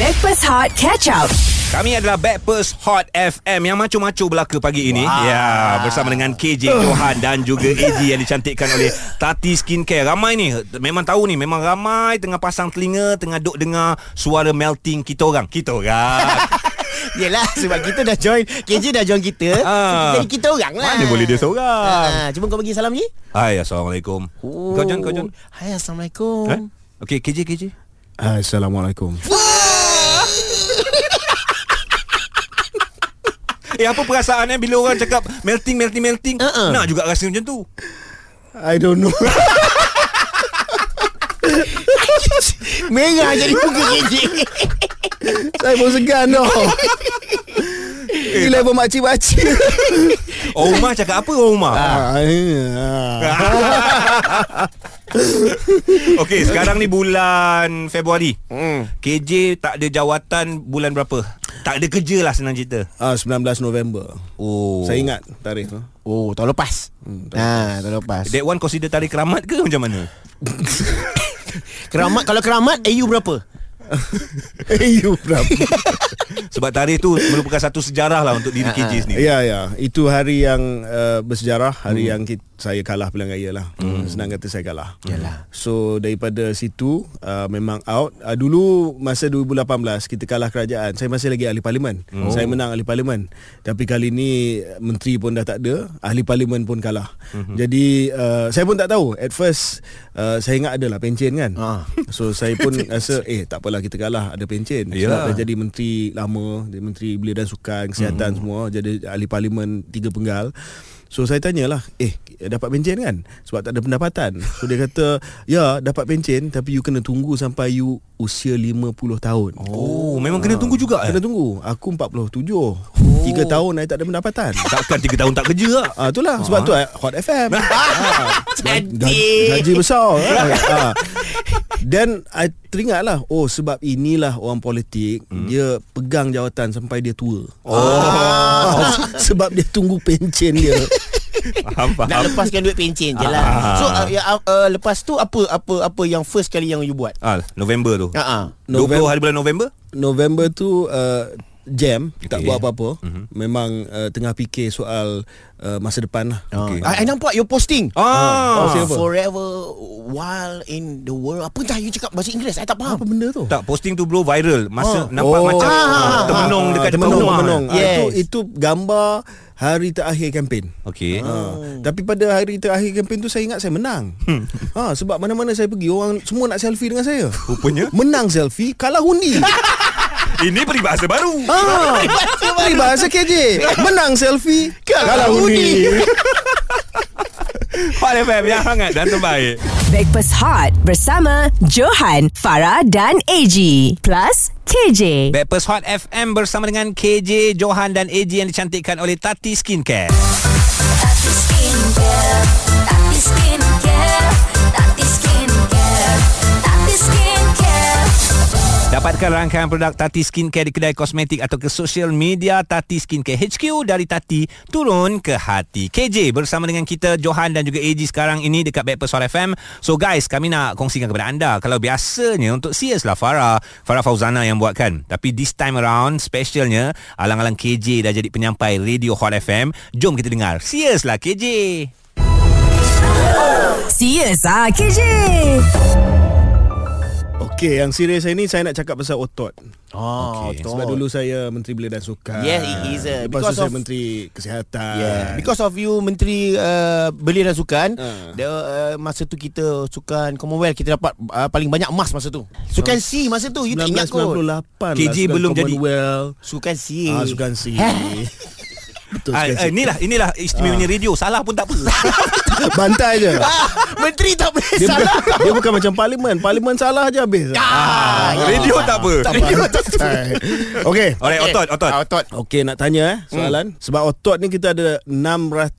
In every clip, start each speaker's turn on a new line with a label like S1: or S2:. S1: Backpass Hot Catch Up.
S2: Kami adalah Backpers Hot FM yang macu-macu belaka pagi ini. Wow. Ya, bersama dengan KJ Johan dan juga AG yang dicantikkan oleh Tati Skincare. Ramai ni, memang tahu ni, memang ramai tengah pasang telinga, tengah duk dengar suara melting kita orang. Kita orang.
S3: Yelah sebab kita dah join KJ dah join kita
S2: Ah.
S3: ah. Jadi kita orang lah
S2: Mana boleh dia seorang?
S3: ah, Cuba kau bagi salam ni
S2: Hai, Assalamualaikum. Uh-uh. Oh. Kau John, kau John.
S3: Hai Assalamualaikum
S2: Eh? Okey, KJ, KJ.
S4: Assalamualaikum.
S2: Eh, apa perasaannya bila orang cakap melting, melting, melting?
S3: Uh-uh.
S2: Nak juga rasa macam tu.
S4: I don't know.
S3: Merah jadi muka KJ
S4: Saya pun segan tau. Ini level makcik-makcik.
S2: Omar cakap apa Omar?
S4: Ah, eh, ah.
S2: Okey, sekarang ni bulan Februari. Hmm. KJ tak ada jawatan bulan berapa? Tak ada kerja lah senang cerita.
S4: Ah, 19 November.
S2: Oh.
S4: Saya ingat tarikh tu.
S3: Oh tahun lepas hmm, ah, Tahun lepas
S2: That one consider tarik keramat ke macam mana?
S3: Keramat Kalau keramat AU berapa?
S4: Eh, you berapa?
S2: Sebab tarikh tu merupakan satu sejarah lah untuk diri KJ sendiri.
S4: Ya ya, itu hari yang uh, bersejarah, hari hmm. yang kita, saya kalah pilihan raya lah. Hmm. Senang kata saya kalah. Yalah. So daripada situ uh, memang out. Uh, dulu masa 2018 kita kalah kerajaan. Saya masih lagi ahli parlimen. Hmm. Saya menang ahli parlimen. Tapi kali ni menteri pun dah tak ada, ahli parlimen pun kalah. Hmm. Jadi uh, saya pun tak tahu. At first uh, saya ingat adalah pencen kan.
S3: Ha.
S4: So saya pun rasa eh tak apalah kita kalah ada pencen.
S2: Yalah.
S4: Sebab dah jadi menteri lama, jadi menteri belia dan sukan, kesihatan hmm. semua, jadi ahli parlimen tiga penggal. So saya tanyalah, eh dapat pencen kan? Sebab tak ada pendapatan. So dia kata, ya dapat pencen tapi you kena tunggu sampai you usia 50 tahun.
S2: Oh, memang kena tunggu juga
S4: Kena
S2: eh.
S4: tunggu. Aku 47. 3 tahun saya tak ada pendapatan.
S2: Takkan 3 tahun tak kerja lah.
S4: Ah itulah sebab tu eh, Hot FM. ah, gaji, gaji besar. ah. Dan I teringatlah oh sebab inilah orang politik hmm. dia pegang jawatan sampai dia tua. Oh. Ah, sebab dia tunggu pencen dia.
S2: Faham, faham.
S3: Nak lepaskan duit pencen je lah
S2: Ah.
S3: So uh, ya, uh, uh, lepas tu apa apa apa yang first kali yang you buat?
S2: Ah, November tu.
S3: Ah, ah.
S2: 20 hari bulan November?
S4: November tu uh, jam okay.
S2: Okay.
S4: tak
S2: Mhm.
S4: buat apa-apa. Mm-hmm. Memang uh, tengah fikir soal uh, masa depan lah.
S3: Okay. I, I nampak you posting Oh,
S2: Ah.
S4: Ah. Siapa?
S3: Forever While in the world Apa dah you cakap bahasa Inggeris I tak faham
S4: Ah, Apa benda tu?
S2: Tak, posting tu bro viral. Masa
S4: Ah.
S2: nampak
S4: Oh.
S2: macam
S3: Ah, ah,
S2: ah,
S3: ah,
S2: termenung dekat depan
S4: Temenung,
S2: rumah.
S4: temenung. Ah,
S3: Yes.
S4: Itu, itu gambar hari terakhir kempen.
S2: Okey.
S3: Ah.
S4: Ha. Tapi pada hari terakhir kempen tu saya ingat saya menang.
S3: Hmm.
S4: ha sebab mana-mana saya pergi orang semua nak selfie dengan saya.
S2: Rupanya
S4: Menang selfie, kalah Ha. undi.
S2: ini peribahasa baru.
S4: Ha. Ini bahasa KJ. Menang selfie, kalah, kalah undi.
S2: Hot FM yang hangat dan terbaik.
S1: Backpass Hot bersama Johan, Farah dan AG. Plus KJ.
S2: Backpast Hot FM bersama dengan KJ, Johan dan AJ yang dicantikkan oleh Tati Skincare.
S5: Tati Skincare, Tati Skincare, Tati Skincare, Tati Skincare.
S2: Dapatkan rangkaian produk Tati Skincare di kedai kosmetik atau ke social media Tati Skincare HQ dari Tati turun ke hati. KJ bersama dengan kita Johan dan juga AJ sekarang ini dekat Backpast Hot FM. So guys, kami nak kongsikan kepada anda kalau biasanya untuk CS lah Farah, Farah Fauzana yang buatkan. Tapi this time around specialnya alang-alang KJ dah jadi penyampai Radio Hot FM. Jom kita dengar. CS lah KJ.
S1: Serius ah KJ.
S4: Okey, yang serius saya ni saya nak cakap pasal otot.
S3: Oh,
S2: Okay.
S3: okay.
S4: Sebab dulu saya Menteri Belia dan Sukan.
S3: Yes, it is a-
S4: Lepas
S3: because
S4: tu saya
S3: of-
S4: Menteri Kesihatan.
S3: Yeah. Because of you Menteri uh, Belia dan Sukan uh.
S4: Ah.
S3: the, uh, Masa tu kita Sukan Commonwealth Kita dapat uh, Paling banyak emas masa tu Sukan C masa tu You tak ingat kot
S4: 1998
S2: KJ
S4: lah, sukan
S2: belum jadi.
S4: Commonwealth.
S3: Sukan C
S4: Ah, sukan C. Betul
S2: Ah,
S4: sukan
S2: ah,
S4: C.
S2: inilah inilah istimewanya radio. Salah pun tak apa.
S4: Bantai je.
S3: ah, Menteri tak boleh
S4: Dia,
S3: salah
S4: bukan, dia bukan macam parlimen. Parlimen salah je habis.
S3: ah,
S2: radio ya. tak apa.
S4: Bantai. Okey.
S2: Alright, Eh, otot, otot.
S3: Ah, Otot
S4: Okey nak tanya eh soalan hmm. sebab otot ni kita ada 600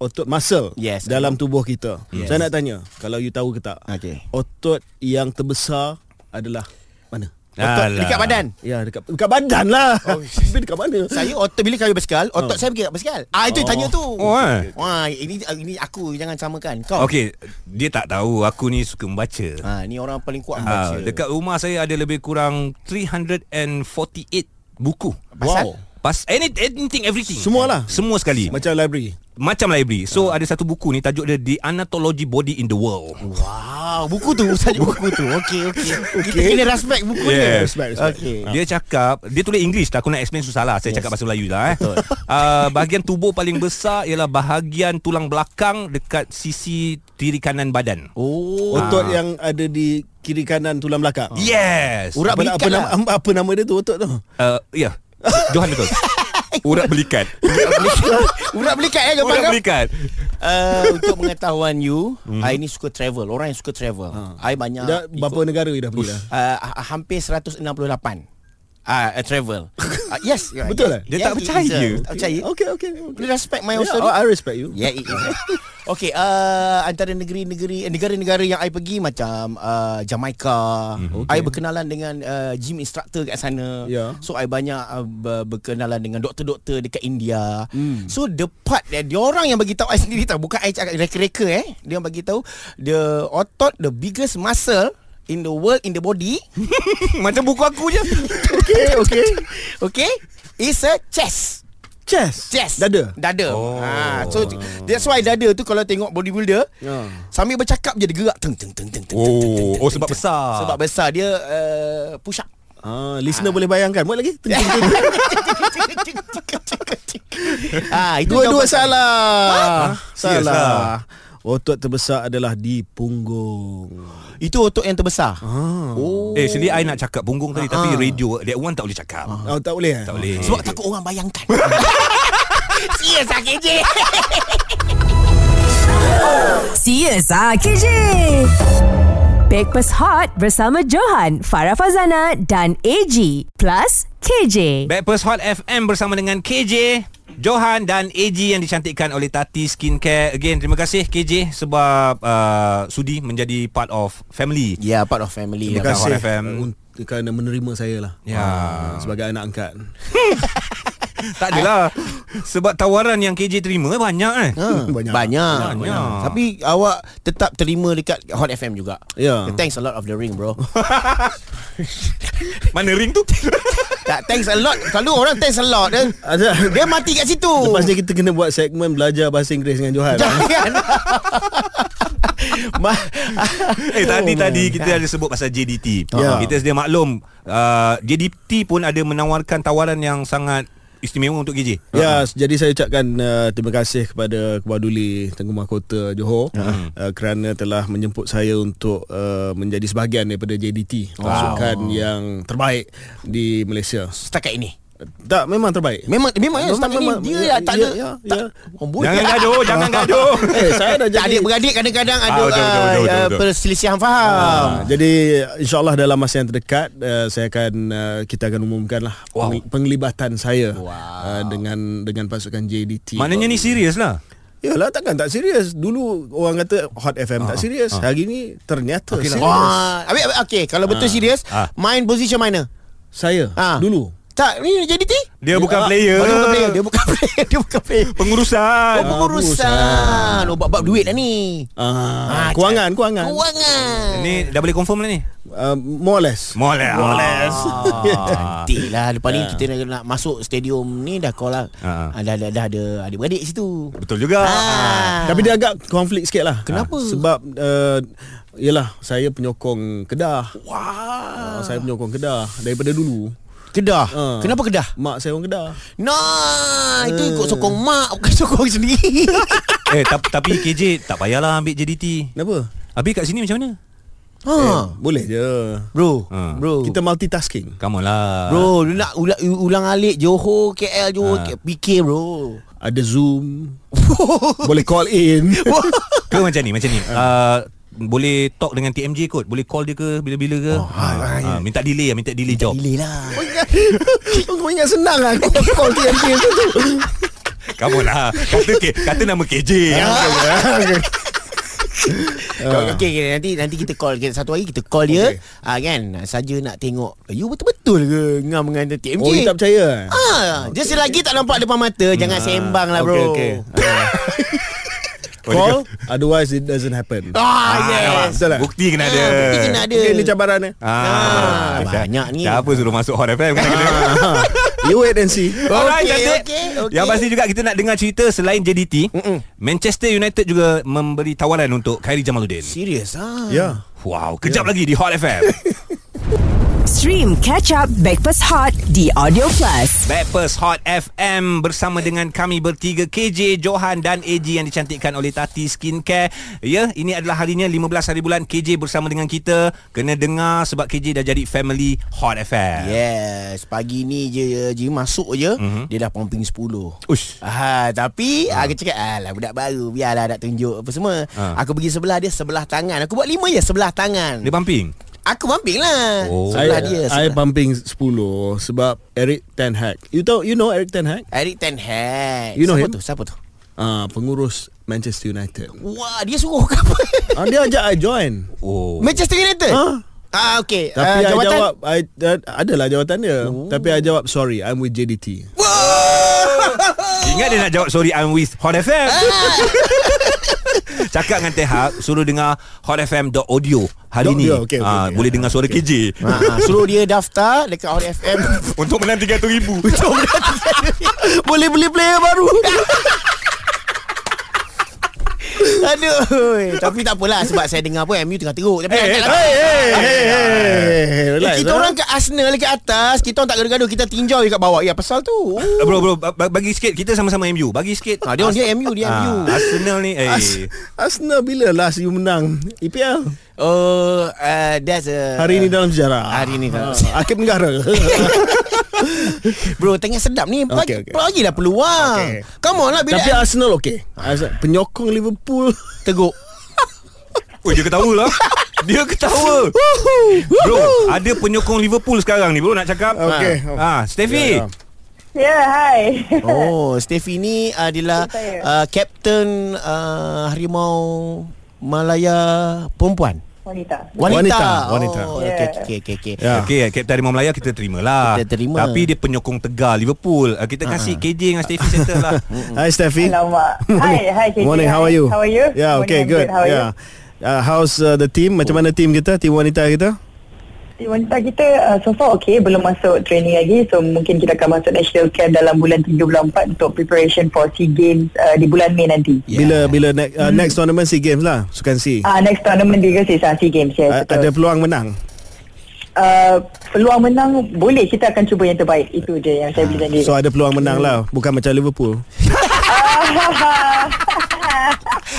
S4: otot muscle
S3: Yes.
S4: dalam tubuh kita.
S3: Yes.
S4: Yes. Saya nak tanya kalau you tahu ke tak.
S3: Okey.
S4: Otot yang terbesar adalah mana?
S3: Otot dekat badan.
S4: Ya dekat dekat badan lah oh. Tapi dekat mana
S3: Saya otot bila kayu basikal, otot saya pergi kat basikal. Ah itu oh. tanya tu.
S2: Oh, eh.
S3: Wah, ini ini aku jangan samakan. Kau.
S2: Okey, dia tak tahu aku ni suka membaca.
S3: Ha, ni orang paling kuat
S2: Ah,
S3: membaca.
S2: dekat rumah saya ada lebih kurang 348 buku.
S3: Pasal?
S2: Pas any, anything everything.
S4: Semualah.
S2: Semua sekali.
S4: Macam library
S2: Macam library. So ada satu buku ni tajuk dia The Anatology Body in the World.
S3: Wow, buku tu, saja buku tu. Okey, okey. Kita kena respect buku
S2: Yeah,
S3: dia.
S4: respect, respect.
S3: Okey.
S2: Dia cakap Dia tulis English lah Aku nak explain susah lah Saya yes. cakap bahasa Melayu lah eh. uh, Bahagian tubuh paling besar Ialah bahagian tulang belakang Dekat sisi kiri kanan badan oh.
S3: Oh,
S4: Otot yang ada di kiri kanan tulang belakang
S2: Oh. Yes
S3: Urat
S4: apa,
S3: belikat
S4: apa, nama,
S3: lah.
S4: apa, apa nama dia tu otot tu
S2: uh, Ya yeah. Johan betul Urat belikat
S3: Urat belikat eh jawapan
S2: Urat
S3: kau.
S2: belikat
S3: Uh, untuk pengetahuan you,
S2: Mhm.
S3: I ni suka travel. Orang yang suka travel.
S2: Ha.
S3: I banyak Ya.
S4: Dah
S3: ikut-
S4: berapa negara dah pergi dah
S3: uh, ha- hampir 168 Ah, uh, travel. Uh, yes, you're right.
S4: Betul eh?
S2: Dia tak
S3: it
S2: percaya. Ya,
S3: is, uh, Tak percaya.
S4: Okay okay,
S3: You
S4: okay.
S3: respect my
S4: Yeah, oh,
S3: story.
S4: I I respect you
S3: Yeah, it is. right. okay, uh, antara negeri-negeri eh, negara-negara yang I pergi macam uh, Jamaica. Mhm. Okay. I berkenalan dengan uh, gym instructor kat sana.
S4: Yeah.
S3: So I banyak uh, ber- berkenalan dengan doktor-doktor dekat India. Mm. So the part that dia orang yang bagi tahu I sendiri tahu bukan I cakap reka-reka eh. Dia yang bagi tahu the otot the biggest muscle in the world in the body.
S2: Macam buku aku je
S3: okay, okay. okay. It's a chest.
S4: Chest
S3: Chest
S4: Dada
S3: Dada oh. ha, So that's why dada tu Kalau tengok bodybuilder
S4: Ya.
S3: Sambil bercakap je dia gerak teng teng teng teng teng,
S2: Oh,
S3: teng, teng, teng,
S2: oh,
S3: teng,
S2: sebab
S3: teng.
S2: besar.
S3: Sebab besar dia uh, push up.
S4: Ah, listener boleh bayangkan Buat lagi
S3: ah itu
S4: Dua-dua
S3: jawapan.
S4: salah Ah,
S2: Serius lah.
S4: Salah Otot terbesar adalah di punggung
S3: Itu otot yang terbesar. Oh.
S2: Eh sini I nak cakap punggung tadi Tapi radio That one tak boleh cakap
S4: Oh, tak boleh eh?
S2: Tak boleh
S3: Ah. Sebab takut orang bayangkan. Serius ah KJ.
S1: Serius ah KJ Breakfast Hot bersama Johan, Farah Fazana dan AG Plus KJ
S2: Backpast Hot FM bersama dengan KJ Johan dan AG yang dicantikkan oleh Tati Skincare Again terima kasih KJ Sebab uh, Sudi menjadi part of family
S3: Yeah, part of family.
S2: Dekat
S4: Terima kasih
S2: Hot FM.
S4: un- kerana menerima saya lah
S2: Ya.
S4: Ah, Sebagai anak angkat
S2: Tak adalah Sebab tawaran yang KJ terima banyak eh
S3: Ha,
S4: Hmm,
S3: banyak.
S4: Banyak.
S3: Banyak.
S2: Banyak.
S3: Tapi awak tetap terima dekat Hot FM juga.
S4: Ya.
S3: Thanks a lot of the ring, bro.
S2: Mana ring tu?
S3: tak thanks a lot. Selalu orang thanks a lot. Dia,
S4: Ada-
S3: dia mati kat situ.
S4: Lepas ni kita kena buat segmen Belajar bahasa Inggeris dengan Johan
S3: Jangan. Ma-
S2: eh tadi tadi kita ada sebut pasal JDT
S4: Ya.
S2: Kita sedia maklum uh, JDT pun ada menawarkan tawaran yang sangat Istimewa untuk KJ
S4: Ya, jadi saya ucapkan uh, terima kasih kepada Kebaduli Tengku Mahkota Johor uh-huh. uh, kerana telah menjemput saya untuk uh, menjadi sebahagian daripada JDT, pasukan yang terbaik di Malaysia.
S3: Setakat ini.
S4: Tak, memang terbaik.
S3: Memang memang ya, setakat ini dia lah tak ada.
S4: Ya,
S3: tak,
S4: ya,
S3: Oh, boleh.
S2: Jangan gaduh Jangan gaduh
S4: ya. Eh, saya dah
S3: Tak
S4: jadi
S3: adik-beradik kadang-kadang ada
S2: betul, betul,
S3: ah,
S2: betul,
S3: ya,
S2: betul.
S3: perselisihan faham.
S4: Ah, jadi insyaallah dalam masa yang terdekat uh, saya akan uh, kita akan umumkan lah
S2: Wow.
S4: peng- penglibatan saya wow. uh, dengan dengan pasukan JDT.
S2: Maknanya ni serius lah
S4: Yalah takkan tak serius. Dulu orang kata Hot FM tak serius. Hari ni ternyata okay,
S3: lah.
S4: serius.
S3: Wah, habis habis- okey, kalau betul serius,
S2: Ah.
S3: main position mana?
S4: Saya
S3: Ah.
S4: dulu.
S3: Tak, ni jadi ti.
S2: Dia bukan player. Ah.
S3: Dia bukan player, dia bukan player, dia bukan player.
S2: Pengurusan
S3: Oh, pengurusan. Oh, bab-bab duit lah ni.
S4: Ah, kewangan, kewangan.
S3: Kewangan.
S2: Ni dah boleh confirm lah ni
S4: Uh, more or less.
S2: More or less. More or less.
S3: Cantik lah Lepas ni kita nak, nak masuk stadium ni Dah call lah
S2: Ah.
S3: ah. dah, dah, dah ada adik-beradik situ
S2: Betul juga.
S3: ah.
S4: Tapi dia agak konflik sikit lah
S3: Kenapa?
S4: Sebab uh, Yelah Saya penyokong Kedah Wah uh, Saya penyokong Kedah Daripada dulu
S3: Kedah
S4: Ah.
S3: Kenapa Kedah?
S4: Mak saya orang Kedah
S3: Nah Itu ikut sokong mak Bukan sokong sendiri
S2: eh ta- tapi KJ tak payahlah ambil JDT.
S4: Kenapa?
S2: Habis kat sini macam mana?
S4: Eh,
S3: ha.
S4: boleh je
S3: Bro
S2: Ah.
S3: Bro
S4: Kita multitasking
S2: Come on lah.
S3: Bro lu nak ulang, ulang alik Johor KL Johor ha. PK bro
S4: Ada Zoom Boleh call in
S2: Ke macam ni, macam ni. Uh, boleh talk dengan TMJ kot. Boleh call dia ke bila-bila ke? Oh, ha, ha, minta delay lah, minta delay job.
S3: Gila lah
S4: Kau ingat senang lah Kau call TNK macam
S3: Ah.
S4: tu
S2: Come on lah. Kata K, kata nama KJ.
S3: Kau- okay, okay, nanti nanti kita call kita satu hari kita call dia okay. ah kan saja nak tengok you betul-betul ke ngam dengan TMJ.
S4: Oh, you tak percaya? eh?
S3: Ah, okay. dia selagi tak nampak depan mata jangan sembang lah bro.
S4: Hmm. Okay, okay. Ah. Call, otherwise it doesn't happen.
S3: Ah, yes.
S4: Betul tak?
S2: Bukti kena ada.
S3: Ah, bukti kena ada.
S4: Okay, ni cabaran eh.
S2: Ah,
S3: Ah,
S2: dah-
S3: banyak ni.
S2: Dah
S3: Ah.
S2: apa suruh masuk Hot FM kena kena.
S4: You wait and see.
S2: Alright,
S3: Okey,
S2: cantik.
S3: okey, okey.
S2: Yang pasti juga kita nak dengar cerita selain JDT. Mm-mm. Manchester United juga memberi tawaran untuk Khairi Jamaluddin.
S3: Serius ah.
S4: Yeah.
S2: Wow, kejap
S3: Ya.
S2: lagi di Hot FM.
S1: Stream Catch Up Backpass Hot di Audio Plus.
S2: Backpast Hot FM bersama dengan kami bertiga KJ, Johan dan AG yang dicantikkan oleh Tati Skincare. Ya, ini adalah harinya 15 hari bulan KJ bersama dengan kita. Kena dengar sebab KJ dah jadi family Hot FM.
S3: Yes, pagi ni je je masuk je
S4: Mhm.
S3: mm-hmm. dia dah pumping 10.
S2: Ush.
S3: Ah, tapi aku cakap alah budak baru biarlah nak tunjuk apa semua.
S2: Ah.
S3: Aku pergi sebelah dia sebelah tangan. Aku buat lima je sebelah tangan.
S2: Dia pumping.
S3: Aku pumping lah.
S2: Oh.
S3: Sebelah
S4: I,
S3: dia.
S4: I
S3: Sebelah.
S4: pumping 10 sebab Eric Ten Hag. You tahu you know Eric Ten Hag?
S3: Eric Ten Hag.
S4: You know
S3: Siapa
S4: him?
S3: tu? Siapa tu?
S4: Ah, pengurus Manchester United.
S3: Wah, dia suruh ke apa?
S4: Ah, dia ajak I join.
S2: Oh.
S3: Manchester United.
S4: Ah.
S3: Ah, okay.
S4: Tapi
S3: Ah,
S4: uh, I
S3: jawatan-
S4: jawab I, uh, Adalah jawatan dia oh. Tapi I jawab Sorry I'm with JDT
S2: Ingat dia nak jawab Sorry I'm with Hot FM
S4: Ah.
S2: Cakap dengan Tehab Suruh dengar hotfm.audio Hari
S4: Dot
S2: ni
S4: audio, okey, okey,
S2: Ah,
S4: okey.
S2: Boleh dengar suara KJ
S3: Ah, ah, suruh dia daftar dekat Hot FM.
S2: Untuk menang RM300,000
S3: Boleh beli player baru. Aduh Tapi tak apalah Sebab saya dengar pun MU tengah teruk
S2: Eh,
S3: Tapi hey, hey,
S4: Hey hey hey
S3: Eh, kita
S4: ah.
S3: orang kat Arsenal ke atas, kita orang tak gaduh-gaduh, kita tinjau je kat bawah. Ya, pasal tu.
S2: Eh, Bro bro ba- ba- Bagi sikit Kita sama-sama MU Bagi sikit
S3: Ha, dia orang dia MU, dia MU.
S2: Ah, Arsenal ni eh.
S4: As- Arsenal bila last you menang EPL
S3: Oh, uh, that's a
S4: Hari ini dalam sejarah
S3: Hari ini dalam
S4: Ah,
S3: sejarah.
S4: Akhir negara
S3: Bro, tengah sedap ni. Bagi,
S4: Okey,
S3: okay,
S4: okey.
S3: Bagilah peluang.
S4: Okey.
S3: Come on lah bila
S4: Tapi ah- Arsenal okey Arsenal- Penyokong Liverpool
S3: teguk.
S2: Oh dia ketawa lah Dia ketawa Bro Ada penyokong Liverpool sekarang ni Bro nak cakap
S4: Okey.
S2: ah, Steffi
S4: Ya, ya.
S6: Yeah, hi.
S3: Oh, Steffi ni adalah
S6: Saya.
S3: uh, Captain uh, Harimau Malaya perempuan.
S6: Wanita.
S3: Wanita.
S4: Wanita, wanita.
S3: Oh,
S6: Yeah.
S3: okay, okay, okay, okay.
S4: Ya.
S2: Okey, Kapten Harimau Melaya kita terima lah.
S3: Kita terima.
S2: Tapi dia penyokong tegar Liverpool. Ah, Kita kasih KJ dengan Steffi settle lah.
S4: Hi Steffi
S6: Alamak. Hi, hi KJ.
S4: Morning how are you
S6: How are you?
S4: Yeah okay
S6: Morning,
S4: good
S6: I'm How are
S4: Yeah Uh, how's uh, the team? Macam mana team kita? Team wanita kita?
S6: you? Wanita kita uh, so far okay, belum masuk training lagi. So mungkin kita akan masuk national camp dalam bulan 3 bulan 4 untuk preparation for SEA Games uh, di bulan Mei nanti.
S4: Yeah. Bila bila ne- uh, next tournament SEA Games lah Sukan C
S6: Hmm. Ah uh, next tournament di Gersik ah, SEA Games yes,
S4: uh,
S6: betul.
S4: Ada peluang menang
S6: uh, peluang menang boleh kita akan cuba yang terbaik. Itu je yang saya boleh janji.
S4: So ada peluang menang lah
S6: Hmm.
S4: Bukan macam Liverpool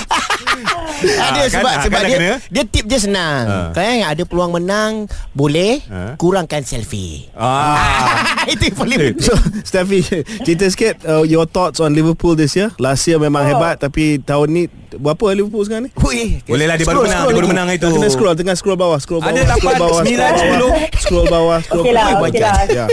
S3: Ada
S2: Ah, kan?
S3: sebab
S2: Ah,
S3: sebab
S2: kan dah
S3: dia
S2: kena.
S3: dia tip dia senang.
S2: Ah.
S3: Kalau yang ada peluang menang boleh
S2: Ah.
S3: kurangkan selfie.
S2: Ah.
S3: Itu yang paling penting.
S4: So Steffi Cerita sikit uh, Your thoughts on Liverpool this year Last year memang oh. hebat Tapi tahun ni Berapa Liverpool sekarang ni?
S3: Wih,
S2: Boleh lah dia baru menang, dia baru menang hari tu.
S4: Dah Kena scroll Tengah scroll bawah Scroll
S2: Ada
S4: bawah
S2: lapan,
S4: scroll bawah,
S2: sembilan,
S4: scroll bawah, Scroll bawah scroll
S6: Okey lah,
S4: bawah.
S6: okey lah.
S4: Ya.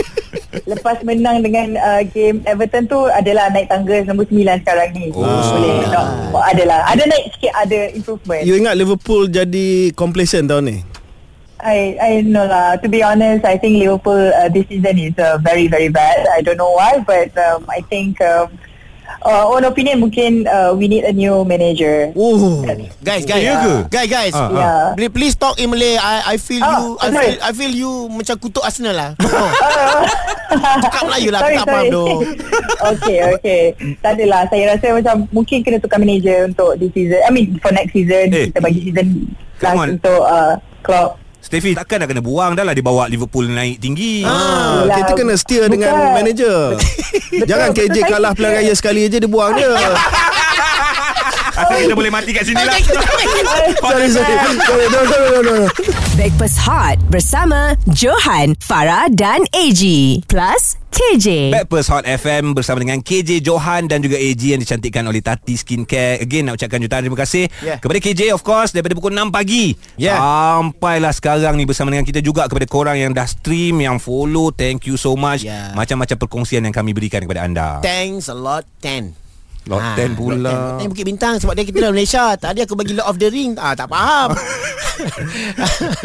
S6: Lepas menang dengan uh, game Everton tu adalah naik tangga nombor 9 sekarang ni.
S2: Oh,
S6: boleh
S2: sembilan.
S6: tak? Oh, adalah. Ada naik sikit, ada improvement.
S4: You ingat Liverpool jadi complacent tahun ni?
S6: I I know lah. To be honest, I think Liverpool uh, this season is uh, very very bad. I don't know why, but um, I think um, uh, own opinion mungkin uh, we need a new manager.
S4: Oh.
S3: Guys, guys.
S2: Ya ke?
S3: Guys, guys.
S2: Ah,
S6: ah.
S3: Please, please talk in Malay. I I feel
S6: Ah,
S3: you I
S6: sorry.
S3: feel I feel you macam kutuk Arsenal lah. Oh. Cakap Melayu lah, aku
S6: Sorry,
S3: tak faham
S6: sorry.
S3: tu.
S6: okay, okay. Tak adalah. Saya rasa macam mungkin kena tukar manager untuk this season. I mean for next season
S2: Eh,
S6: kita bagi season
S2: come on.
S6: last untuk uh, Klopp.
S2: Steffi takkan nak kena buang dah lah dia bawa Liverpool naik tinggi.
S4: Ah,
S6: Yelah.
S4: kita kena steer dengan
S6: Bukan.
S4: manager. Jangan
S6: betul,
S4: KJ
S6: saya
S4: kalah
S6: steer.
S4: pilihan raya sekali aja dia buang dia.
S2: Asal kita boleh mati kat sini lah.
S4: sorry, sorry. sorry. No, no, no, no, no.
S1: Backpass Hot bersama Johan, Farah dan AG. Plus KJ.
S2: Backpast Hot FM bersama dengan KJ Johan dan juga AG yang dicantikkan oleh Tati Skincare. Again nak ucapkan jutaan terima kasih yeah.
S3: Yeah.
S2: kepada KJ of course daripada pukul 6 pagi
S3: Yeah.
S2: sampailah sekarang ni bersama dengan kita juga kepada korang yang dah stream, yang follow. Thank you so much.
S3: Yeah.
S2: Macam-macam perkongsian yang kami berikan kepada anda.
S3: Thanks a lot, Ten.
S2: Lot
S3: Ah,
S2: 10 pula.
S3: Lot 10. Eh, Bukit Bintang sebab dia kita dalam Malaysia. Tadi aku bagi Lord of the Ring. Ah tak faham.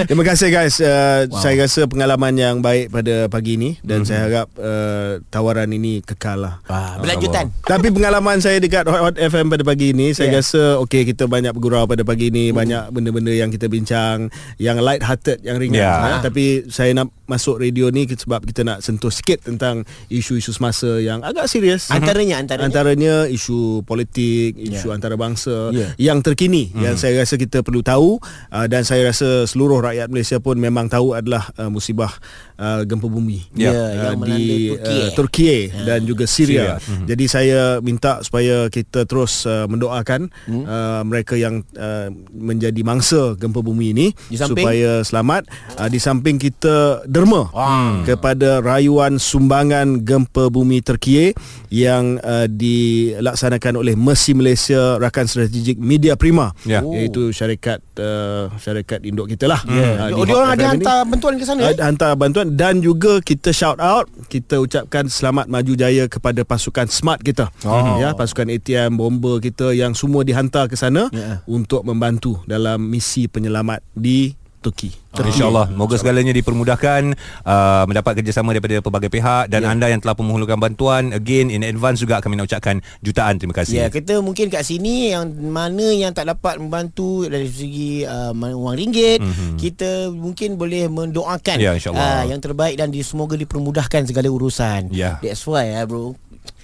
S4: Terima kasih guys. Uh, wow. Saya rasa pengalaman yang baik pada pagi ini dan mm-hmm. saya harap uh, tawaran ini kekal lah.
S3: ah, berlanjutan.
S4: Tapi pengalaman saya dekat Hot Hot FM pada pagi ini Saya yeah.
S3: Yeah.
S4: rasa Okay kita banyak bergurau pada pagi ini Banyak benda-benda yang kita bincang Yang light hearted Yang ringan
S2: Yeah.
S4: yeah. Tapi saya nak masuk radio ni ke- Sebab kita nak sentuh sikit Tentang isu-isu semasa Yang agak serius
S2: Mhm.
S3: Antaranya, antaranya. Ya.
S4: Antaranya isu politik Isu yeah. antarabangsa
S3: Yeah.
S4: yeah. Yang terkini Yang
S3: Hmm.
S4: saya rasa kita perlu tahu uh, Dan saya rasa seluruh rakyat Malaysia pun Memang tahu adalah uh, musibah uh, Gempa bumi
S3: Ya, yang
S4: uh,
S3: melanda
S4: di
S3: Turki. eh. Ya.
S4: uh, Turki dan juga Syria.
S3: Hmm.
S4: Mm-hmm. Jadi saya minta supaya kita terus uh, mendoakan
S3: Hmm.
S4: mm. uh, mereka yang uh, menjadi mangsa gempa bumi ini
S3: Di samping-
S4: supaya selamat. Uh, di samping kita derma
S3: Hmm.
S4: mm. kepada rayuan sumbangan gempa bumi Turki yang uh, dilaksanakan oleh Mercy Malaysia rakan strategik Media Prima
S2: Ya.
S4: oh. iaitu syarikat uh, syarikat induk kita lah. Yeah.
S3: Oh, dia orang ada hantar bantuan ke sana.
S4: Uh,
S3: eh?
S4: hantar bantuan dan juga kita shout out kita ucapkan selamat maju jaya kepada pasukan smart kita
S3: Oh.
S4: ya pasukan ATM bomber kita yang semua dihantar ke sana
S3: Ya.
S4: yeah. untuk membantu dalam misi penyelamat di Turki
S3: Ah,
S2: InsyaAllah Moga segalanya dipermudahkan uh, Mendapat kerjasama daripada pelbagai pihak
S3: Ya.
S2: Dan yeah. anda yang telah memerlukan bantuan Again in advance juga Kami nak ucapkan jutaan terima kasih
S3: Ya, kita mungkin kat sini yang mana yang tak dapat membantu dari segi uh, mana- wang ringgit, mm-hmm. kita mungkin boleh mendoakan
S2: Mhm.
S3: uh,
S2: Ya, insyaAllah.
S3: yang terbaik dan di, semoga dipermudahkan segala urusan.
S2: Ya.
S3: That's why uh, bro.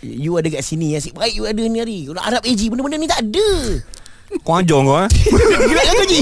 S3: You ada kat sini Asyik baik you ada ni hari Kalau Arab AG Benda-benda ni tak ada
S2: Kau anjong kau eh?
S3: Gila kan tu Ji?